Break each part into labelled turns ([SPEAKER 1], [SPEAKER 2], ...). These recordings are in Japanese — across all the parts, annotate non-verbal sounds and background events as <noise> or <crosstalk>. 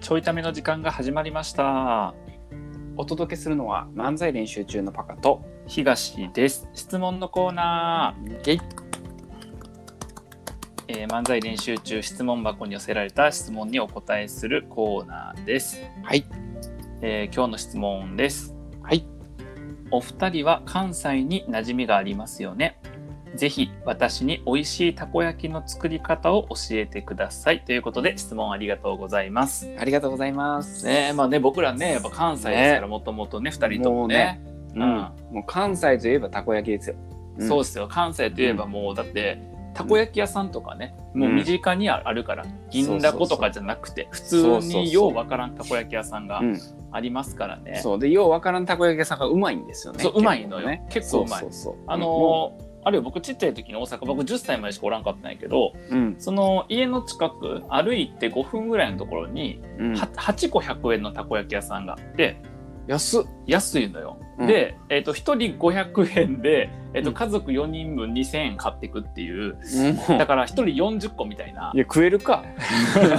[SPEAKER 1] ちょいための時間が始まりました。
[SPEAKER 2] お届けするのは漫才練習中のパカと
[SPEAKER 1] 東です。質問のコーナ
[SPEAKER 2] ゲイ
[SPEAKER 1] ー、えー漫才練習中質問箱に寄せられた質問にお答えするコーナーです。
[SPEAKER 2] はい
[SPEAKER 1] えー今日の質問です。
[SPEAKER 2] はい。
[SPEAKER 1] お二人は関西に馴染みがありますよね。ぜひ私に美味しいたこ焼きの作り方を教えてくださいということで質問ありがとうございます。
[SPEAKER 2] ありがとうございます
[SPEAKER 1] ねまあね僕らねやっぱ関西ですからもともとね2人ともね
[SPEAKER 2] うん、もう関西といえばたこ焼きですようん
[SPEAKER 1] そうですよ関西といえばもうだってたこ焼き屋さんとかね、
[SPEAKER 2] うん
[SPEAKER 1] もう身近にあるから銀だことかじゃなくて普通にようわからんたこ焼き屋さんが
[SPEAKER 2] うん
[SPEAKER 1] ありますからね、
[SPEAKER 2] そうでようわからんたこ焼き屋さんがうまいんですよね
[SPEAKER 1] そううまいのよ結構うまい
[SPEAKER 2] そうそうそう
[SPEAKER 1] あのーあるよ僕ちっちゃい時に大阪僕10歳までしかおらんかったんやけど
[SPEAKER 2] うん
[SPEAKER 1] その家の近く歩いて5分ぐらいのところに
[SPEAKER 2] うん
[SPEAKER 1] は8個100円のたこ焼き屋さんがあって
[SPEAKER 2] 安っ
[SPEAKER 1] 安いのよ、
[SPEAKER 2] うん
[SPEAKER 1] で、えー、と1人500円で、えーと
[SPEAKER 2] うん
[SPEAKER 1] 家族4人分2000円買っていくって <laughs> いう
[SPEAKER 2] うん
[SPEAKER 1] だから1人40個みたいない
[SPEAKER 2] や食えるか <laughs>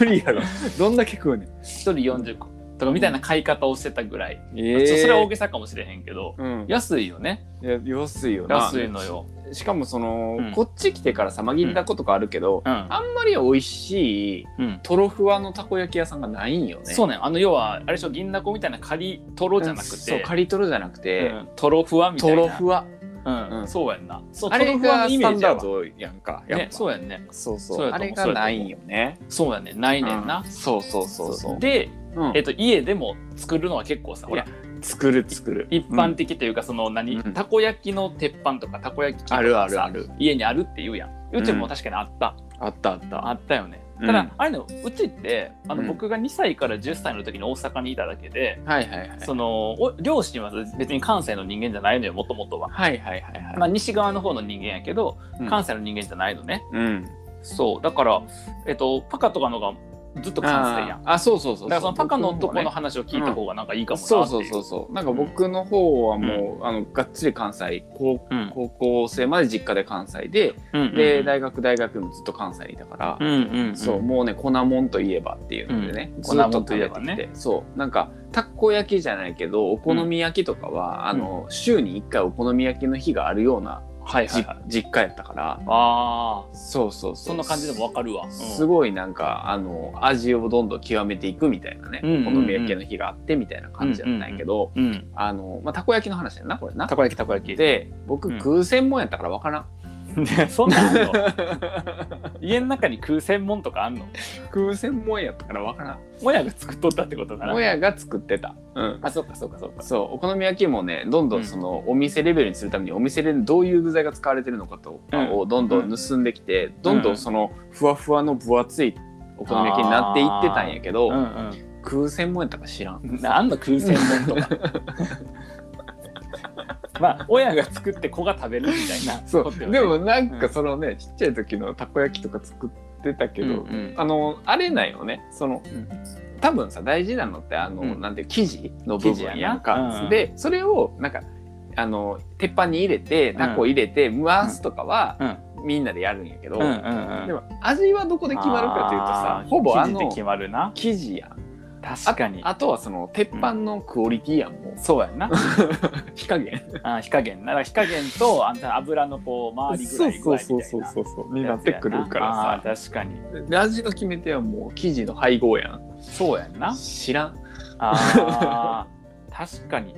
[SPEAKER 2] 無理やろどんだけ食うね
[SPEAKER 1] 1人40個とかみたいな買い方をしてたぐらい、
[SPEAKER 2] んえ
[SPEAKER 1] そそれは大
[SPEAKER 2] げ
[SPEAKER 1] げさかもしれへんけど
[SPEAKER 2] うん、
[SPEAKER 1] 安いよね
[SPEAKER 2] いや安いよな
[SPEAKER 1] 安いのよ、
[SPEAKER 2] しかもその、
[SPEAKER 1] うん
[SPEAKER 2] こっち来てからさまぎんだことかあるけど、あんまり美味しい
[SPEAKER 1] うんうん
[SPEAKER 2] トロフワのたこ焼き屋さんがないんよね
[SPEAKER 1] そうねあの要はあれでしょ銀だこみたいな仮トロじゃなく
[SPEAKER 2] そう
[SPEAKER 1] て
[SPEAKER 2] カリトロじゃなくて、
[SPEAKER 1] うんトロふわみたい
[SPEAKER 2] ト
[SPEAKER 1] な
[SPEAKER 2] ロフワ
[SPEAKER 1] うん
[SPEAKER 2] うん
[SPEAKER 1] そうやんなそう
[SPEAKER 2] あれ
[SPEAKER 1] トロふわ
[SPEAKER 2] が
[SPEAKER 1] のイ
[SPEAKER 2] ス
[SPEAKER 1] メ
[SPEAKER 2] タ
[SPEAKER 1] ー
[SPEAKER 2] ン
[SPEAKER 1] ジや
[SPEAKER 2] ダ
[SPEAKER 1] わ
[SPEAKER 2] ードやんかやっぱ
[SPEAKER 1] ね、そうやんね
[SPEAKER 2] そうそう
[SPEAKER 1] そうや
[SPEAKER 2] あ
[SPEAKER 1] と思う
[SPEAKER 2] れがないんよね
[SPEAKER 1] そうやんねないねんな、
[SPEAKER 2] うんそうそうそうそう
[SPEAKER 1] で、
[SPEAKER 2] うん
[SPEAKER 1] えっと家でも作るのは結構さほら
[SPEAKER 2] い作る作る
[SPEAKER 1] 一般的というかその何、
[SPEAKER 2] うん
[SPEAKER 1] たこ焼きの鉄板とかたこ焼き器とかさ
[SPEAKER 2] あるあるある
[SPEAKER 1] 家にあるって言うやんうちも確かにあった、
[SPEAKER 2] あったあった
[SPEAKER 1] あったよね
[SPEAKER 2] うん
[SPEAKER 1] ただ、あれのうちってあの、
[SPEAKER 2] うん
[SPEAKER 1] 僕が2歳から10歳の時に大阪にいただけで、
[SPEAKER 2] はいはいはい
[SPEAKER 1] そのお両親は別に関西の人間じゃないのよもともとは、
[SPEAKER 2] はいはいはい
[SPEAKER 1] まあ、
[SPEAKER 2] はい
[SPEAKER 1] 西側の方の人間やけど
[SPEAKER 2] うん
[SPEAKER 1] 関西の人間じゃないのね、
[SPEAKER 2] うん
[SPEAKER 1] そうだから、えっと、パカとかのがずっと関西やん
[SPEAKER 2] あーあそうそうそう
[SPEAKER 1] だからそのパカのとこの
[SPEAKER 2] 僕もね
[SPEAKER 1] 話を聞いた方がなんかいいかもなってい
[SPEAKER 2] そうそうそうそうなんか僕の方はもう、あのがっつり関西高
[SPEAKER 1] うんうん
[SPEAKER 2] 高校生まで実家で関西で、
[SPEAKER 1] うんうん
[SPEAKER 2] で大学大学もずっと関西にいたから、
[SPEAKER 1] うんうんうん
[SPEAKER 2] そうもうね粉もんといえばっていうのでね、
[SPEAKER 1] うん
[SPEAKER 2] ずっ
[SPEAKER 1] 粉もんといえばね
[SPEAKER 2] 食べてきてそうなんかたこ焼きじゃないけどお好み焼きとかは、あの週に1回お好み焼きの日があるような、
[SPEAKER 1] はいはい
[SPEAKER 2] じ
[SPEAKER 1] はい
[SPEAKER 2] 実家やったから
[SPEAKER 1] ああ
[SPEAKER 2] そうそうそう
[SPEAKER 1] そんな感じでもわかるわ、うん
[SPEAKER 2] すごいなんかあの味をどんどん極めていくみたいなね、
[SPEAKER 1] うんうんうん
[SPEAKER 2] お好み焼きの日があってみたいな感じだったんやけど、
[SPEAKER 1] うん
[SPEAKER 2] あのまあ、たこ焼きの話やなこれな
[SPEAKER 1] たこ焼きたこ焼き
[SPEAKER 2] で僕
[SPEAKER 1] うん
[SPEAKER 2] 偶然もんやったから
[SPEAKER 1] <laughs>
[SPEAKER 2] わからん、
[SPEAKER 1] ね <laughs> そんなんあんの家の中に食う専門とかあんの
[SPEAKER 2] 偶然もんやったからわからん
[SPEAKER 1] 親が作っとったってことだな
[SPEAKER 2] 親が作ってた、うん、
[SPEAKER 1] あそうかそうかそうか
[SPEAKER 2] そうお好み焼きもねどんどんそのお店レベルにするためにお店でどういう具材が使われてるのかとかをどんどん盗んできて、どんどんそのふわふわの分厚いお好み焼きになっていってたんやけど、
[SPEAKER 1] うん
[SPEAKER 2] 空専門やったか知らん。
[SPEAKER 1] うんあんの食う専門とか <laughs> まあ親が作って子が食べるみたいな
[SPEAKER 2] そう
[SPEAKER 1] ことよね
[SPEAKER 2] でもなん
[SPEAKER 1] う
[SPEAKER 2] か
[SPEAKER 1] ん
[SPEAKER 2] そのね、ちっちゃい時のたこ焼きとか作ってたけ
[SPEAKER 1] うん
[SPEAKER 2] ど、
[SPEAKER 1] うん
[SPEAKER 2] あのあれなんよねその、
[SPEAKER 1] ん
[SPEAKER 2] 多分さ大事なのってあの、
[SPEAKER 1] うん
[SPEAKER 2] なんていう生地の部分やんか
[SPEAKER 1] 生地やなうん
[SPEAKER 2] でそれをなんかあの鉄板に入れてタコ入れて回すとかは、
[SPEAKER 1] うん
[SPEAKER 2] みんなでやるんやけど、
[SPEAKER 1] うんうんうん
[SPEAKER 2] でも味はどこで決まるかというとさ
[SPEAKER 1] あー
[SPEAKER 2] ほぼあ
[SPEAKER 1] 生地で
[SPEAKER 2] の
[SPEAKER 1] 決まるな
[SPEAKER 2] 生地やん
[SPEAKER 1] 確かに
[SPEAKER 2] あとはその鉄板のクオリティやんもう、
[SPEAKER 1] そうやんな
[SPEAKER 2] <laughs> 火加減
[SPEAKER 1] あ火加減なら火加減とあんた油のこう周りぐらいぐらいみたいな
[SPEAKER 2] うそうになってくるから
[SPEAKER 1] あ
[SPEAKER 2] さ
[SPEAKER 1] ー確かに
[SPEAKER 2] で味の決め手はもう生地の配合やん
[SPEAKER 1] そうやんな
[SPEAKER 2] 知らん
[SPEAKER 1] あー確かに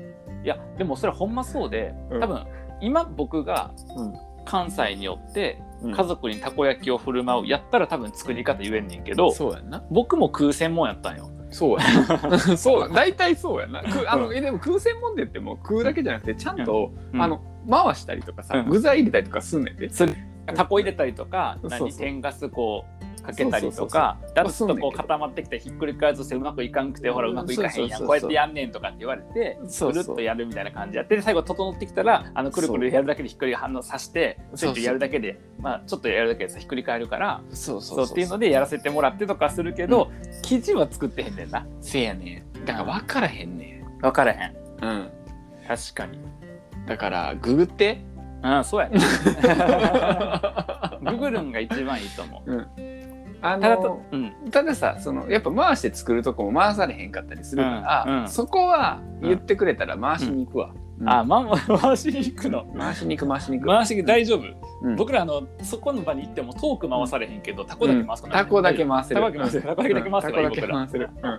[SPEAKER 1] いやでもそれはほんまそうで
[SPEAKER 2] うん
[SPEAKER 1] 多分今僕が
[SPEAKER 2] うん
[SPEAKER 1] 関西によって
[SPEAKER 2] うん
[SPEAKER 1] 家族にたこ焼きを振る舞うやったら多分作り方言えんねんけど
[SPEAKER 2] そうやんな
[SPEAKER 1] 僕も空専門やったんよ
[SPEAKER 2] そうや
[SPEAKER 1] <laughs>
[SPEAKER 2] なそう大体そうやなくあ
[SPEAKER 1] う
[SPEAKER 2] の
[SPEAKER 1] ん
[SPEAKER 2] えでも空専門店ってもう空だけじゃなくてちゃんと、
[SPEAKER 1] うん
[SPEAKER 2] あの回したりとかさ、
[SPEAKER 1] うん
[SPEAKER 2] 具材入れたりとかすんねんで、
[SPEAKER 1] それたこ入れたりとか
[SPEAKER 2] そうそう
[SPEAKER 1] 何天ガスこうかけたりとか
[SPEAKER 2] そう
[SPEAKER 1] だ
[SPEAKER 2] そうそう
[SPEAKER 1] っとこう固まってきてひっくり返すとしてうまくいかんくてほらうまくいかへんやん
[SPEAKER 2] そうそうそうそう
[SPEAKER 1] こうやってやんねんとかって言われて
[SPEAKER 2] そ
[SPEAKER 1] く
[SPEAKER 2] う
[SPEAKER 1] るっ
[SPEAKER 2] そう
[SPEAKER 1] とやるみたいな感じやってで最後整ってきたらあのくるくるやるだけでひっくり反応させてち
[SPEAKER 2] そ
[SPEAKER 1] ょっ
[SPEAKER 2] うそう
[SPEAKER 1] とやるだけでまあちょっとやるだけでさひっくり返るから
[SPEAKER 2] そうそ
[SPEAKER 1] そうっていうのでやらせてもらってとかするけど生地は作ってへんねんな
[SPEAKER 2] せやねんだから分からへんね
[SPEAKER 1] 分からへん
[SPEAKER 2] ん、うん、
[SPEAKER 1] 確かに
[SPEAKER 2] だからググって
[SPEAKER 1] <laughs>
[SPEAKER 2] <laughs>
[SPEAKER 1] うんそうやねググるんが一番いいと思う
[SPEAKER 2] うん
[SPEAKER 1] た
[SPEAKER 2] あ
[SPEAKER 1] だ
[SPEAKER 2] の
[SPEAKER 1] と、うん、
[SPEAKER 2] たださそのやっぱ回して作るとこも回されへんかったりするから、
[SPEAKER 1] うんうん
[SPEAKER 2] そこは言ってくれたら回しに行くわ、うん
[SPEAKER 1] あ、ま、回しに行くの。
[SPEAKER 2] 回しに行く回しに行く、
[SPEAKER 1] 回し大丈夫、
[SPEAKER 2] うん
[SPEAKER 1] 僕らあのそこの場に行ってもトーク回されへんけど、タコだけ回すから、
[SPEAKER 2] タコだけ回せ
[SPEAKER 1] タ
[SPEAKER 2] る
[SPEAKER 1] コだけ回せるタコだけ回せばいい僕ら
[SPEAKER 2] うんタコだけ回せる、うん、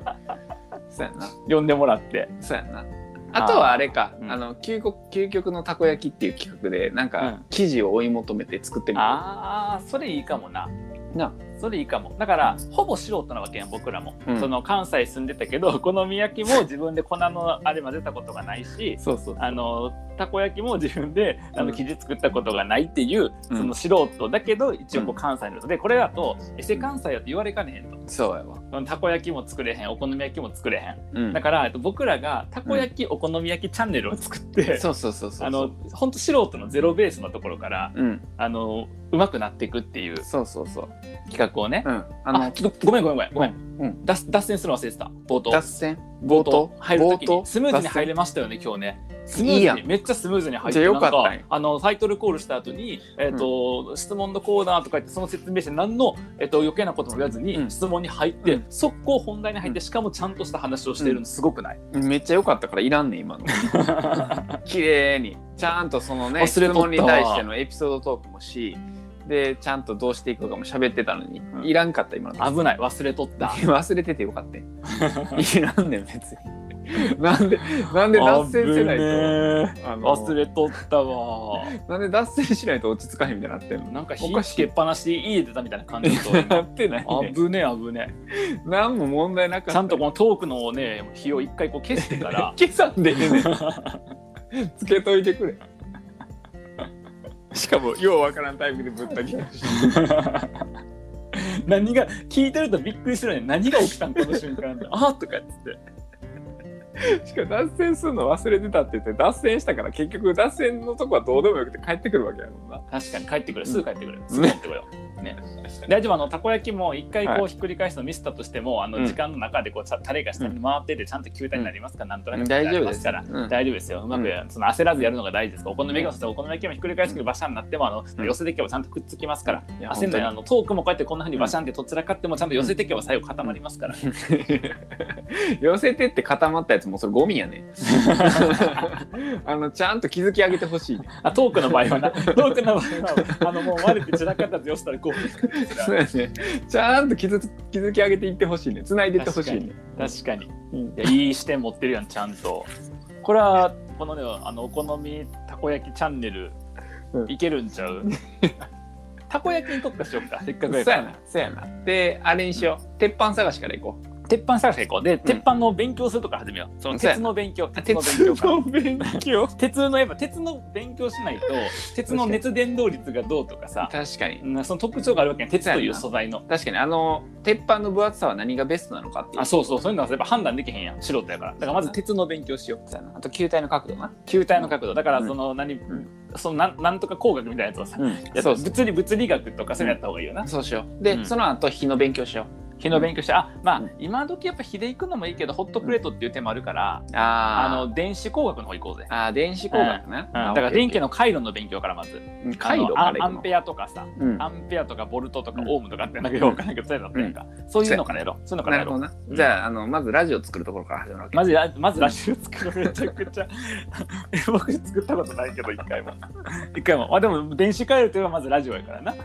[SPEAKER 2] そうやな
[SPEAKER 1] 呼んでもらって
[SPEAKER 2] そうやなあとはあれか、
[SPEAKER 1] うん
[SPEAKER 2] あの究極究極のたこ焼きっていう企画でなん
[SPEAKER 1] う
[SPEAKER 2] か
[SPEAKER 1] ん
[SPEAKER 2] 生地を追い求めて作ってみる、
[SPEAKER 1] あーそれいいかもな
[SPEAKER 2] な
[SPEAKER 1] それいいかもだからほぼ素人なわけやん僕らも、
[SPEAKER 2] うん
[SPEAKER 1] その関西住んでたけど <laughs> お好み焼きも自分で粉のあれ混ぜたことがないし
[SPEAKER 2] そうそう
[SPEAKER 1] あのたこ焼きも自分であ
[SPEAKER 2] う
[SPEAKER 1] の
[SPEAKER 2] ん
[SPEAKER 1] 生地作ったことがないっていう、
[SPEAKER 2] うん
[SPEAKER 1] その素人だけど一応こう
[SPEAKER 2] うん
[SPEAKER 1] 関西の人でこれだと「えせ関西や」と言われかねへんと
[SPEAKER 2] そうやわ、
[SPEAKER 1] そのたこ焼きも作れへんお好み焼きも作れへん
[SPEAKER 2] うん
[SPEAKER 1] だから、えっと、僕らがたこ焼き、お好み焼きチャンネルを作って、
[SPEAKER 2] そうそうそうそう
[SPEAKER 1] あの本当素人のゼロベースのところから
[SPEAKER 2] うん
[SPEAKER 1] あのうまくなっていくっていう
[SPEAKER 2] そうそうそう
[SPEAKER 1] 企画をね、
[SPEAKER 2] うんあ
[SPEAKER 1] あ
[SPEAKER 2] の
[SPEAKER 1] ちょっとごめんごめんごめんごめん、
[SPEAKER 2] うん
[SPEAKER 1] 脱脱線するの忘れてた冒頭
[SPEAKER 2] 脱線冒頭
[SPEAKER 1] 入る時に
[SPEAKER 2] 冒頭
[SPEAKER 1] スムーズに入れ
[SPEAKER 2] る
[SPEAKER 1] ましたよね今日ねスムーズ
[SPEAKER 2] い
[SPEAKER 1] に
[SPEAKER 2] いやん
[SPEAKER 1] めっちゃスムーズに入って
[SPEAKER 2] じゃあよかったんや
[SPEAKER 1] なんあのタイトルコールした後にえっ、と、質問のコーナーとか言ってその説明して何のえっ、と余計なことも言わずに、
[SPEAKER 2] うん
[SPEAKER 1] 質問に入って、
[SPEAKER 2] うん
[SPEAKER 1] 速攻本題に入って、しかもちゃんとした話をしているのすごくない、 <laughs>
[SPEAKER 2] めっちゃ良かったからいらんねん今の綺麗にちゃんとそのね
[SPEAKER 1] 忘
[SPEAKER 2] 質
[SPEAKER 1] れとった
[SPEAKER 2] 問に対してのエピソードトークもしでちゃんとどうしていくかも喋ってたのに、
[SPEAKER 1] ん
[SPEAKER 2] いらんかった今の
[SPEAKER 1] 危ない忘れとった
[SPEAKER 2] 忘れててよかった
[SPEAKER 1] <laughs>
[SPEAKER 2] よいらんねん別になんでなんで脱線せない
[SPEAKER 1] 危ね
[SPEAKER 2] と
[SPEAKER 1] え
[SPEAKER 2] あの
[SPEAKER 1] 忘れとったわ
[SPEAKER 2] なんで脱線しないと落ち着かへんみたいになってんの
[SPEAKER 1] なんか
[SPEAKER 2] お
[SPEAKER 1] 火
[SPEAKER 2] か
[SPEAKER 1] つ
[SPEAKER 2] し
[SPEAKER 1] け
[SPEAKER 2] い
[SPEAKER 1] っぱなしで家出たみたいな感じと
[SPEAKER 2] <laughs> なってないね
[SPEAKER 1] 危ねえ危ね
[SPEAKER 2] 何も問題なかっ
[SPEAKER 1] え
[SPEAKER 2] た
[SPEAKER 1] ちゃんとこのトークのね火を一回こう消してから
[SPEAKER 2] 消さんでええね
[SPEAKER 1] <laughs>
[SPEAKER 2] んつけといてくれしかもようわからんタイプでぶった切るし
[SPEAKER 1] 何が聞いてるとびっくりするよね何が起きたんこの瞬間 <laughs> あーとかっつって
[SPEAKER 2] しかも脱線するの忘れてたって言って脱線したから結局脱線のとこはどうでもよくて帰ってくるわけやもんな
[SPEAKER 1] 確かに帰ってくるすぐ帰ってくるすぐ帰ってくるよ、ね、大丈夫あのたこ焼きも一回こ
[SPEAKER 2] は
[SPEAKER 1] うひっくり返すのミスったとしても、あ
[SPEAKER 2] う
[SPEAKER 1] の
[SPEAKER 2] ん
[SPEAKER 1] 時間の中でこうちゃタレが下に回っててちゃんと球体になりますから、なんとなく
[SPEAKER 2] 大丈夫
[SPEAKER 1] な
[SPEAKER 2] で
[SPEAKER 1] りますから
[SPEAKER 2] うん
[SPEAKER 1] 大丈夫ですよ。うまく、その焦らずやるのが大事です。お好み焼きもそうですお好み焼きもひっくり返すけどバシャンになってもあの、
[SPEAKER 2] うん
[SPEAKER 1] 寄せていけばちゃんとくっつきますから。
[SPEAKER 2] いや
[SPEAKER 1] 焦んないあ
[SPEAKER 2] 本
[SPEAKER 1] のトークもこうやってこんなふうにバシャンってとっちらかってもちゃんと寄せていけば最後固まりますから。
[SPEAKER 2] 当に <laughs> 寄せてって固まったやつもうそれゴミ
[SPEAKER 1] <laughs>
[SPEAKER 2] やねあのちゃんと築き上げてほし
[SPEAKER 1] <laughs>
[SPEAKER 2] いね
[SPEAKER 1] あトークの場合はな、トークの場合はあのもう割れて散らかったら寄せたらこう。
[SPEAKER 2] そうやねちゃんと築築き上げていってほしいね繋いでいってほしいね
[SPEAKER 1] 確かに。
[SPEAKER 2] うん
[SPEAKER 1] いやいい視点持ってるやんちゃんと。これはこのねあのお好みたこ焼きチャンネル、
[SPEAKER 2] うん
[SPEAKER 1] いけるんちゃ <laughs> う。たこ焼きに特化しようか。せっかくや
[SPEAKER 2] そ
[SPEAKER 1] か
[SPEAKER 2] う
[SPEAKER 1] ら
[SPEAKER 2] やなそうやなであれにしよう、鉄板探しから行こう
[SPEAKER 1] 鉄板探しで行こうで、鉄板の勉強するとこから始めようその
[SPEAKER 2] そうや
[SPEAKER 1] 鉄の勉強鉄の
[SPEAKER 2] 鉄
[SPEAKER 1] 勉強から
[SPEAKER 2] の勉強
[SPEAKER 1] <laughs> 鉄のやっぱ鉄の勉強しないと鉄の熱伝導率がどうとかさ
[SPEAKER 2] 確かに
[SPEAKER 1] うんその特徴があるわけやん鉄と
[SPEAKER 2] そう
[SPEAKER 1] い
[SPEAKER 2] や
[SPEAKER 1] う
[SPEAKER 2] な
[SPEAKER 1] 素材の
[SPEAKER 2] 確かにあの鉄板の分厚さは何がベストなのかっていう
[SPEAKER 1] あそうそうそういうのはやっぱ判断できへんやん素人やからだからまず鉄の勉強しよう
[SPEAKER 2] そうやなあと球体の角度な、
[SPEAKER 1] 球体の角度だから
[SPEAKER 2] うん
[SPEAKER 1] その何、
[SPEAKER 2] ん
[SPEAKER 1] そのなんなんとか工学みたいなやつをさ、やっぱ
[SPEAKER 2] そうそう
[SPEAKER 1] 物理物理学とかそういうのやった方がいいよな、
[SPEAKER 2] そうしようで、
[SPEAKER 1] うん
[SPEAKER 2] その後火の勉強しよ
[SPEAKER 1] 火の勉強してあまあ、
[SPEAKER 2] うん
[SPEAKER 1] 今時やっぱ火で行くのもいいけどホットプレートっていう手もあるから、
[SPEAKER 2] うあ
[SPEAKER 1] あ
[SPEAKER 2] あの
[SPEAKER 1] の電子工学の方行こうぜ、
[SPEAKER 2] あー電子工学な、
[SPEAKER 1] うんだから電気の回路の勉強からまず
[SPEAKER 2] の回
[SPEAKER 1] あ
[SPEAKER 2] 路か
[SPEAKER 1] のあ
[SPEAKER 2] ら
[SPEAKER 1] アンペアとかさ、
[SPEAKER 2] ア、うん、
[SPEAKER 1] アンペアとかボルトとか
[SPEAKER 2] うん
[SPEAKER 1] オームとかってなんかよくわからんけど、そういうのってなんか、そういうのからやろう。そういうのから
[SPEAKER 2] な
[SPEAKER 1] や
[SPEAKER 2] るほ
[SPEAKER 1] ろ
[SPEAKER 2] ど
[SPEAKER 1] う。
[SPEAKER 2] な、
[SPEAKER 1] うん
[SPEAKER 2] じゃああのまずラジオ作るところから始まるわけ、
[SPEAKER 1] まずラ、まずラジオ作るめちゃくちゃ。 <laughs> 僕作ったことないけど、一回も。一回も。まあでも、電子回路といえばまずラジオやからな。うん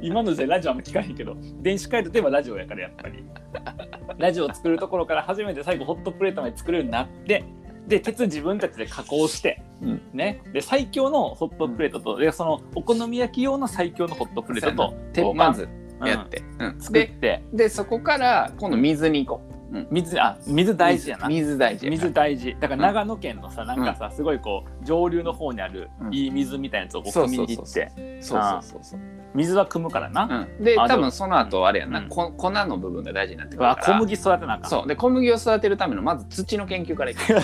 [SPEAKER 1] 今の時代ラジオあんま聞かへんけど、電子回路といえばラジオやから、やっぱり。ラジオ作るところから初めて最後、ホットプレートまで作るようになって、で、鉄自分たちで加工して、
[SPEAKER 2] うん
[SPEAKER 1] ね。で、最強のホットプレートと、で、その、お好み焼き用の最強のホットプレートと、
[SPEAKER 2] て
[SPEAKER 1] 鉄板
[SPEAKER 2] まず
[SPEAKER 1] うん
[SPEAKER 2] やって、うん
[SPEAKER 1] 作っ
[SPEAKER 2] で
[SPEAKER 1] て
[SPEAKER 2] でそこから今度水に行こ
[SPEAKER 1] 水あ水
[SPEAKER 2] う
[SPEAKER 1] 大事やな水
[SPEAKER 2] 水水大事やな
[SPEAKER 1] 大事だから
[SPEAKER 2] うん
[SPEAKER 1] 長野県のさ、なんかさすごいこう上流の方にある
[SPEAKER 2] うん
[SPEAKER 1] いい水みたいなやつをこう
[SPEAKER 2] そう
[SPEAKER 1] 汲み
[SPEAKER 2] そう
[SPEAKER 1] に
[SPEAKER 2] そ
[SPEAKER 1] 行
[SPEAKER 2] う
[SPEAKER 1] っ
[SPEAKER 2] そ
[SPEAKER 1] て
[SPEAKER 2] うそうそうそう
[SPEAKER 1] 水は汲むからな、
[SPEAKER 2] うん、で
[SPEAKER 1] あ
[SPEAKER 2] 多分その後あれやな、
[SPEAKER 1] うん
[SPEAKER 2] こ粉の部分が大事になって
[SPEAKER 1] う
[SPEAKER 2] くる
[SPEAKER 1] わ
[SPEAKER 2] から
[SPEAKER 1] 小麦育てなあかん
[SPEAKER 2] そうで小麦を育てるためのまず土の研究からいく
[SPEAKER 1] <laughs>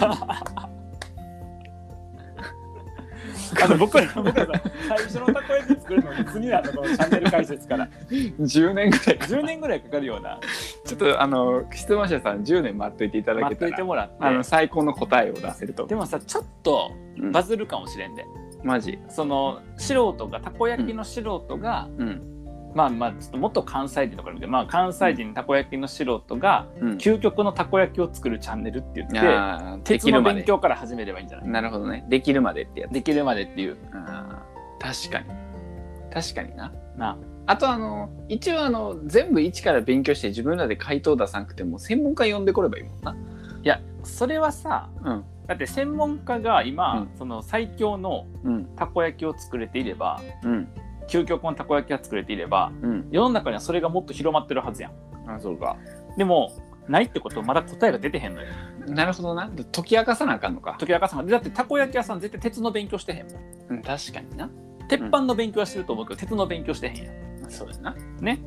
[SPEAKER 2] <laughs>
[SPEAKER 1] あの僕ら僕らさ最初のたこ焼き作るのに次なのこのチャンネル解説から
[SPEAKER 2] 10年ぐらいか
[SPEAKER 1] 10年ぐらいかかるような
[SPEAKER 2] ちょっとあの質問者さん10年待っといていただ
[SPEAKER 1] 待
[SPEAKER 2] け
[SPEAKER 1] ったといて
[SPEAKER 2] ら
[SPEAKER 1] もらって
[SPEAKER 2] あの最高の答えを出せると
[SPEAKER 1] で
[SPEAKER 2] 思
[SPEAKER 1] もさちょっと
[SPEAKER 2] う、うん
[SPEAKER 1] バズるかもしれんで、
[SPEAKER 2] マジ
[SPEAKER 1] その素人がたこ焼きの素人が、
[SPEAKER 2] うん
[SPEAKER 1] まあまあちょっと元関西人とかで、まあ、関西人たこ焼きの素人が
[SPEAKER 2] うん
[SPEAKER 1] 究極のたこ焼きを作るチャンネルって言って、
[SPEAKER 2] あーで
[SPEAKER 1] 鉄
[SPEAKER 2] きる
[SPEAKER 1] の
[SPEAKER 2] ま
[SPEAKER 1] 勉
[SPEAKER 2] で
[SPEAKER 1] 強から始めればいいんじゃない
[SPEAKER 2] なるほどねできるまでってやつ
[SPEAKER 1] できるまでっていう
[SPEAKER 2] あー確かに確かにな
[SPEAKER 1] な
[SPEAKER 2] あとあの一応あの全部一から勉強して自分らで回答出さなくても専門家呼んでこればいいもんない
[SPEAKER 1] やそれはさ
[SPEAKER 2] うん
[SPEAKER 1] だって専門家が今、
[SPEAKER 2] う
[SPEAKER 1] その最強の
[SPEAKER 2] うん
[SPEAKER 1] たこ焼きを作れていれば
[SPEAKER 2] うん
[SPEAKER 1] 究極のたこ焼きが作れていれば
[SPEAKER 2] うん
[SPEAKER 1] 世の中にはそれがもっと広まってるはずやん
[SPEAKER 2] あそうか
[SPEAKER 1] でもないってことはまだ答えが出てへんのよ
[SPEAKER 2] なるほどな解き明かさなあかんのか、
[SPEAKER 1] 時き明かさんがだってたこ焼き屋さん絶対鉄の勉強してへんもん
[SPEAKER 2] うん、確かにな
[SPEAKER 1] 鉄板の勉強はしてると思うけど、鉄の勉強してへんやん
[SPEAKER 2] そうだな
[SPEAKER 1] ね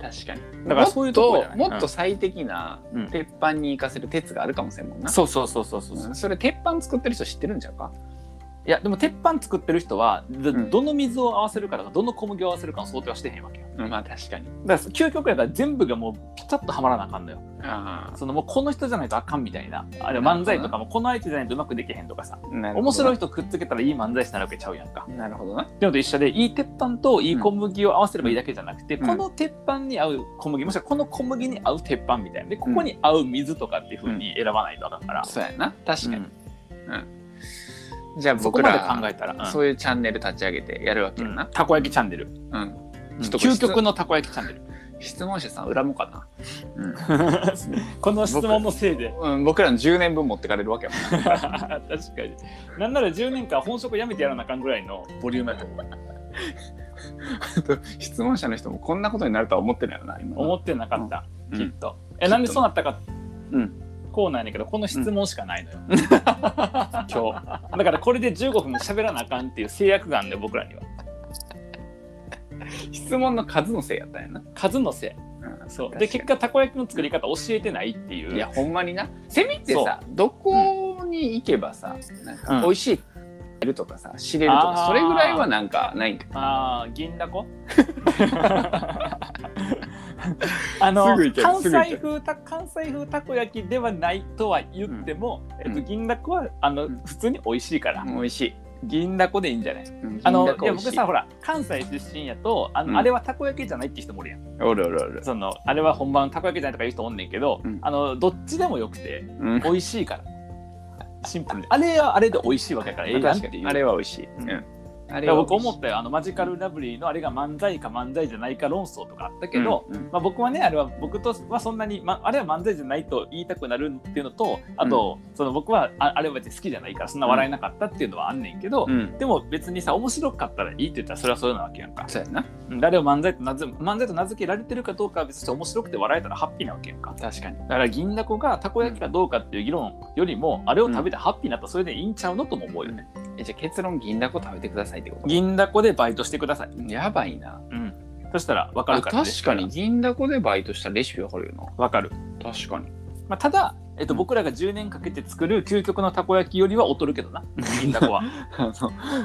[SPEAKER 2] 確かに
[SPEAKER 1] だからそういうとこじゃない
[SPEAKER 2] もっともっと最適な
[SPEAKER 1] うん
[SPEAKER 2] 鉄板に活かせる鉄があるかもしれんもんな、
[SPEAKER 1] そうそうそうそうそう、
[SPEAKER 2] う
[SPEAKER 1] い
[SPEAKER 2] んそれ鉄板作ってる人知ってるんちゃうか
[SPEAKER 1] やでも鉄板作ってる人はど,、
[SPEAKER 2] ん
[SPEAKER 1] の水を合わせるかとかどの小麦を合わせるかの想定はしてへんわけよ
[SPEAKER 2] まあ確かに
[SPEAKER 1] だから究極やから全部がもうピタッとはまらなあかんのよ
[SPEAKER 2] あ
[SPEAKER 1] そのもうこの人じゃないとあかんみたいなあれ
[SPEAKER 2] なるほど
[SPEAKER 1] 漫才とかもこの相手じゃないとうまくできへんとかさ
[SPEAKER 2] あなるほど
[SPEAKER 1] 面白い人くっつけたらいい漫才師になるわけちゃうやんか
[SPEAKER 2] なるほどな
[SPEAKER 1] っていうのと一緒でいい鉄板といい小麦を合わせればいいだけじゃなくて、
[SPEAKER 2] うん
[SPEAKER 1] この鉄板に合う小麦もしくはこの小麦に合う鉄板みたいなでここに合う水とかっていうふうに選ばないとだから、
[SPEAKER 2] そうやな確
[SPEAKER 1] う
[SPEAKER 2] かに、
[SPEAKER 1] ん
[SPEAKER 2] じゃあ
[SPEAKER 1] そこ
[SPEAKER 2] 僕
[SPEAKER 1] ま
[SPEAKER 2] ら
[SPEAKER 1] で考えたら、うん
[SPEAKER 2] そういうチャンネル立ち上げてやるわけやな、
[SPEAKER 1] たこ焼きチャンネル、
[SPEAKER 2] うん
[SPEAKER 1] うん
[SPEAKER 2] 一口
[SPEAKER 1] 究極のたこ焼きチャンネル
[SPEAKER 2] 質問者さん恨もうかな、
[SPEAKER 1] <laughs> この質問のせいで
[SPEAKER 2] うんうん、僕らの10年分持ってかれるわけやも
[SPEAKER 1] <laughs>
[SPEAKER 2] ん
[SPEAKER 1] 確かになんなら10年間本職辞めてやらなあかんぐらいのボリュームやと思う
[SPEAKER 2] な <laughs> 質問者の人もこんなことになるとは思ってないよな今
[SPEAKER 1] 思ってなかった、
[SPEAKER 2] うん
[SPEAKER 1] きっと、えなんでそうなったか
[SPEAKER 2] うん
[SPEAKER 1] こうなんやけどこの質問しかないのよ、 <laughs> 今日だからこれで15分喋らなあかんっていう制約があるんで僕らには
[SPEAKER 2] 質問の数のせいやったんやな、
[SPEAKER 1] 数のせいそうで結果たこ焼きの作り方教えてないっていう
[SPEAKER 2] いやほんまになセミってさどこに行けばさなん
[SPEAKER 1] う
[SPEAKER 2] か
[SPEAKER 1] ん
[SPEAKER 2] 美味しいって知れるとかさ知れると
[SPEAKER 1] あー
[SPEAKER 2] かそれぐらいはなんかないんか
[SPEAKER 1] ああ銀だ
[SPEAKER 2] <laughs>
[SPEAKER 1] こあ
[SPEAKER 2] す
[SPEAKER 1] の
[SPEAKER 2] ぐいける
[SPEAKER 1] 関
[SPEAKER 2] すぐいけ
[SPEAKER 1] 西
[SPEAKER 2] る
[SPEAKER 1] 風た関西風たこ焼きではないとは言っても、
[SPEAKER 2] うん
[SPEAKER 1] えっと、銀だこはあの、
[SPEAKER 2] うん
[SPEAKER 1] 普通に美味しいから、
[SPEAKER 2] 美味しい、
[SPEAKER 1] 銀だこでいいんじゃない
[SPEAKER 2] うん、
[SPEAKER 1] あの
[SPEAKER 2] 銀だこ
[SPEAKER 1] い
[SPEAKER 2] 美
[SPEAKER 1] や
[SPEAKER 2] 味し
[SPEAKER 1] 僕さほら関西出身やとあの、
[SPEAKER 2] うん
[SPEAKER 1] あれはたこ焼きじゃないって人もおるやん
[SPEAKER 2] おるおるおる、
[SPEAKER 1] そのあれは本場のたこ焼きじゃないとか言う人おんねんけど、
[SPEAKER 2] うん
[SPEAKER 1] あのどっちでもよくて
[SPEAKER 2] うん、
[SPEAKER 1] 美味しいからシンプルにあれはあれで美味しいわけやからええやんっ
[SPEAKER 2] 確
[SPEAKER 1] て
[SPEAKER 2] か
[SPEAKER 1] い
[SPEAKER 2] に
[SPEAKER 1] う
[SPEAKER 2] あれは美味しい、
[SPEAKER 1] うん
[SPEAKER 2] あ
[SPEAKER 1] い
[SPEAKER 2] れ
[SPEAKER 1] や
[SPEAKER 2] は
[SPEAKER 1] 僕思ったよあのマジカルラブリーのあれが漫才か漫才じゃないか論争とかあったけど、
[SPEAKER 2] うんうん
[SPEAKER 1] まあ、僕はねあれは僕とはそんなに、まあれは漫才じゃないと言いたくなるっていうのとあと、その僕はああれは別に好きじゃないからそんな笑えなかったっていうのはあんねんけど、
[SPEAKER 2] うん、
[SPEAKER 1] でも別にさ面白かったらいいって言ったらそれはそうなわけやんか
[SPEAKER 2] そうやな
[SPEAKER 1] うん誰を漫才と名付漫才と名付けられてるかどうかは別にして面白くて笑えたらハッピーなわけやんか
[SPEAKER 2] 確かに
[SPEAKER 1] だから銀だこがたこ焼きかどうかっていう議論よりもあれを食べてハッピーになったらそれでいいんちゃうのとも思うよね
[SPEAKER 2] えじゃあ結論銀だこ食べてくださいってこと
[SPEAKER 1] 銀だこでバイトしてください
[SPEAKER 2] やばいな
[SPEAKER 1] うん、そしたら分か
[SPEAKER 2] あ
[SPEAKER 1] るから、ね、
[SPEAKER 2] 確かに銀だこでバイトしたレシピわかるよ
[SPEAKER 1] 分かる、
[SPEAKER 2] な確かに
[SPEAKER 1] まあ、ただ、えっと、僕らが10年かけて作る究極のたこ焼きよりは劣るけど
[SPEAKER 2] <laughs>
[SPEAKER 1] な銀だこは
[SPEAKER 2] <laughs> あの、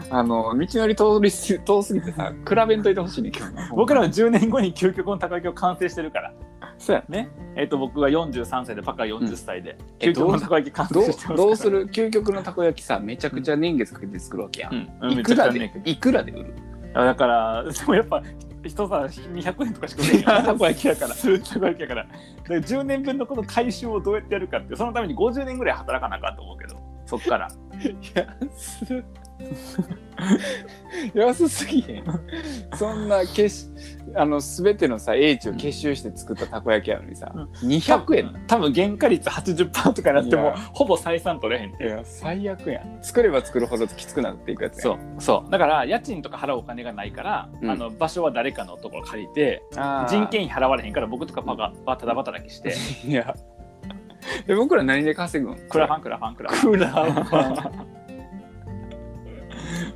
[SPEAKER 2] あの道のり通りす遠すぎて <laughs> さ、比べんといてほしいねんけどな。
[SPEAKER 1] 僕らは10年後に究極のたこ焼きを完成してるから
[SPEAKER 2] そうや。
[SPEAKER 1] ねえっと僕が43歳でパカは40歳で、
[SPEAKER 2] え
[SPEAKER 1] 究極のたこ焼き完
[SPEAKER 2] ど <laughs>
[SPEAKER 1] 成してますから
[SPEAKER 2] う、どうする究極のたこ焼きさ、めちゃくちゃ年月かけて作るわけや。
[SPEAKER 1] うんん、うん
[SPEAKER 2] いくら
[SPEAKER 1] めっちゃ残、
[SPEAKER 2] で
[SPEAKER 1] 念
[SPEAKER 2] いくらで売る
[SPEAKER 1] だからでもやっぱ一皿200円とかしか売れへんよ
[SPEAKER 2] <laughs> いや
[SPEAKER 1] たこ焼きやからたこ焼きやからだから10年分のこの回収をどうやってやるかってそのために50年ぐらい働かなあかんと思うけどそっから
[SPEAKER 2] 安安すぎへん。そんな、けし、あの、すべてのさ、英知を結集して作ったたこ焼きやのにさ、
[SPEAKER 1] うん
[SPEAKER 2] 200円。
[SPEAKER 1] 多分原価率80%とかになって
[SPEAKER 2] い
[SPEAKER 1] も
[SPEAKER 2] や
[SPEAKER 1] ほぼ採算取れへんって
[SPEAKER 2] いや、最悪やん。作れば作るほどきつくなっていくやつやん。
[SPEAKER 1] そうそうだから家賃とか払うお金がないから、
[SPEAKER 2] うん
[SPEAKER 1] あの場所は誰かのところ借りて
[SPEAKER 2] あー
[SPEAKER 1] 人件費払われへんから僕とかパパはただ働きして
[SPEAKER 2] <laughs> いや。え、僕ら何で稼ぐん
[SPEAKER 1] クラファンクラファンクラファン
[SPEAKER 2] クラファン。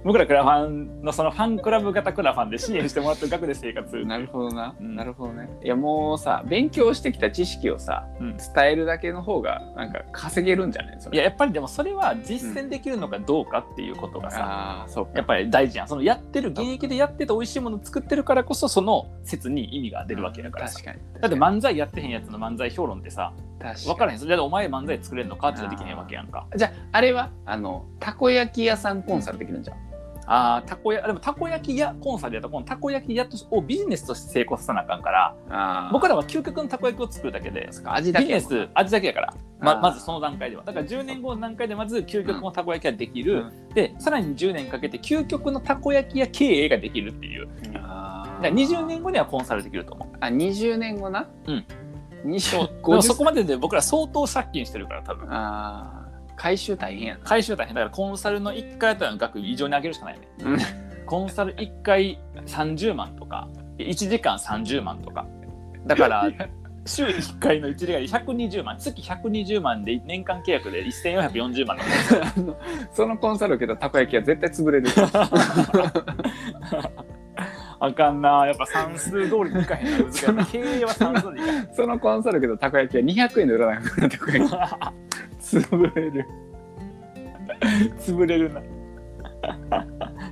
[SPEAKER 1] 僕らクラファンのそのファンクラブ型クラファンで支援してもらってる額で生活
[SPEAKER 2] なるほどな、
[SPEAKER 1] うん
[SPEAKER 2] なるほどねいやもうさ勉強してきた知識をさ、
[SPEAKER 1] うん
[SPEAKER 2] 伝えるだけの方がなんか稼げるんじゃないそ
[SPEAKER 1] い
[SPEAKER 2] れ
[SPEAKER 1] ややっぱりでもそれは実践できるのかどうかっていうことがさ、
[SPEAKER 2] ああそう
[SPEAKER 1] やっぱり大事やんそのやってる現役でやってて美味しいもの作ってるからこそその説に意味が出るわけだからさ
[SPEAKER 2] 確かに
[SPEAKER 1] だって漫才やってへんやつの漫才評論ってさ
[SPEAKER 2] 確
[SPEAKER 1] 分
[SPEAKER 2] か
[SPEAKER 1] か
[SPEAKER 2] に
[SPEAKER 1] らへんそれでお前漫才作れるのかってのはできへんわけやんか
[SPEAKER 2] じゃああれはあのたこ焼き屋さんコンサルできるんじゃん、
[SPEAKER 1] ああーたこやでもたこ焼き屋コンサルやったらこのたこ焼き屋としをビジネスとして成功させなあかんから
[SPEAKER 2] あー
[SPEAKER 1] 僕らは究極のたこ焼きを作るだけで
[SPEAKER 2] そっか味だ
[SPEAKER 1] ビ
[SPEAKER 2] け
[SPEAKER 1] ジ
[SPEAKER 2] や
[SPEAKER 1] ネ
[SPEAKER 2] もんな
[SPEAKER 1] ス味だけやからま
[SPEAKER 2] あー
[SPEAKER 1] まずその段階ではだから10年後の段階でまず究極のたこ焼きができる、
[SPEAKER 2] う
[SPEAKER 1] でさらに10年かけて究極のたこ焼き屋経営ができるっていう
[SPEAKER 2] あ
[SPEAKER 1] だから
[SPEAKER 2] ー
[SPEAKER 1] 20年後にはコンサルできると思う
[SPEAKER 2] あ20年後な
[SPEAKER 1] うん
[SPEAKER 2] 20
[SPEAKER 1] でも
[SPEAKER 2] 50
[SPEAKER 1] そこまでで僕ら相当借金してるから多分
[SPEAKER 2] あー回収大変やな <laughs>
[SPEAKER 1] 回収大変だからコンサルの1回やったら額異常に上げるしかないね
[SPEAKER 2] うん
[SPEAKER 1] コンサル1回30万とか1時間30万とかだ <laughs> から週1回の1時間で120万月120万で年間契約で1440万なの
[SPEAKER 2] あのそのコンサル受けたたこ焼きは絶対
[SPEAKER 1] <laughs>
[SPEAKER 2] 潰れる
[SPEAKER 1] あかんなやっぱ算数通りにいかへんな <laughs> 難しいやっぱ経営は算数でいかへん
[SPEAKER 2] そのコンサル受けたたこ焼きは200円で売らなくなったたこ焼き潰れる
[SPEAKER 1] <laughs> 潰れるな <laughs>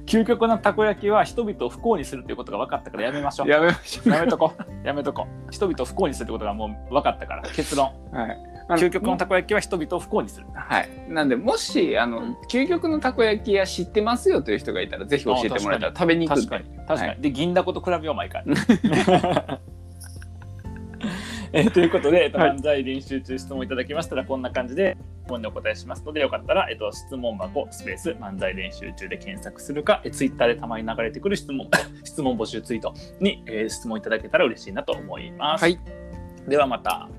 [SPEAKER 1] 究極のたこ焼きは人々を不幸にするっていうことが分かったからやめましょう
[SPEAKER 2] やめましょう
[SPEAKER 1] やめとこやめとこ人々を不幸にするってことがもう分かったから結論
[SPEAKER 2] はいあの
[SPEAKER 1] 究極のたこ焼きは人々を不幸にする
[SPEAKER 2] はい、なんでもしあの、
[SPEAKER 1] うん
[SPEAKER 2] 究極のたこ焼き屋知ってますよという人がいたらぜひ教えてもらえたら食べに行くん
[SPEAKER 1] 確
[SPEAKER 2] で
[SPEAKER 1] かに確かに、
[SPEAKER 2] は
[SPEAKER 1] で銀だこと比べよう毎
[SPEAKER 2] <laughs>
[SPEAKER 1] 回えーということで、えっと、
[SPEAKER 2] はい
[SPEAKER 1] 漫才練習中質問いただきましたらこんな感じで質問にお答えしますのでよかったら、えっと、質問箱スペース漫才練習中で検索するかツイッターでたまに流れてくる質問質問募集ツイートに、えー質問いただけたら嬉しいなと思います、
[SPEAKER 2] はい
[SPEAKER 1] ではまた。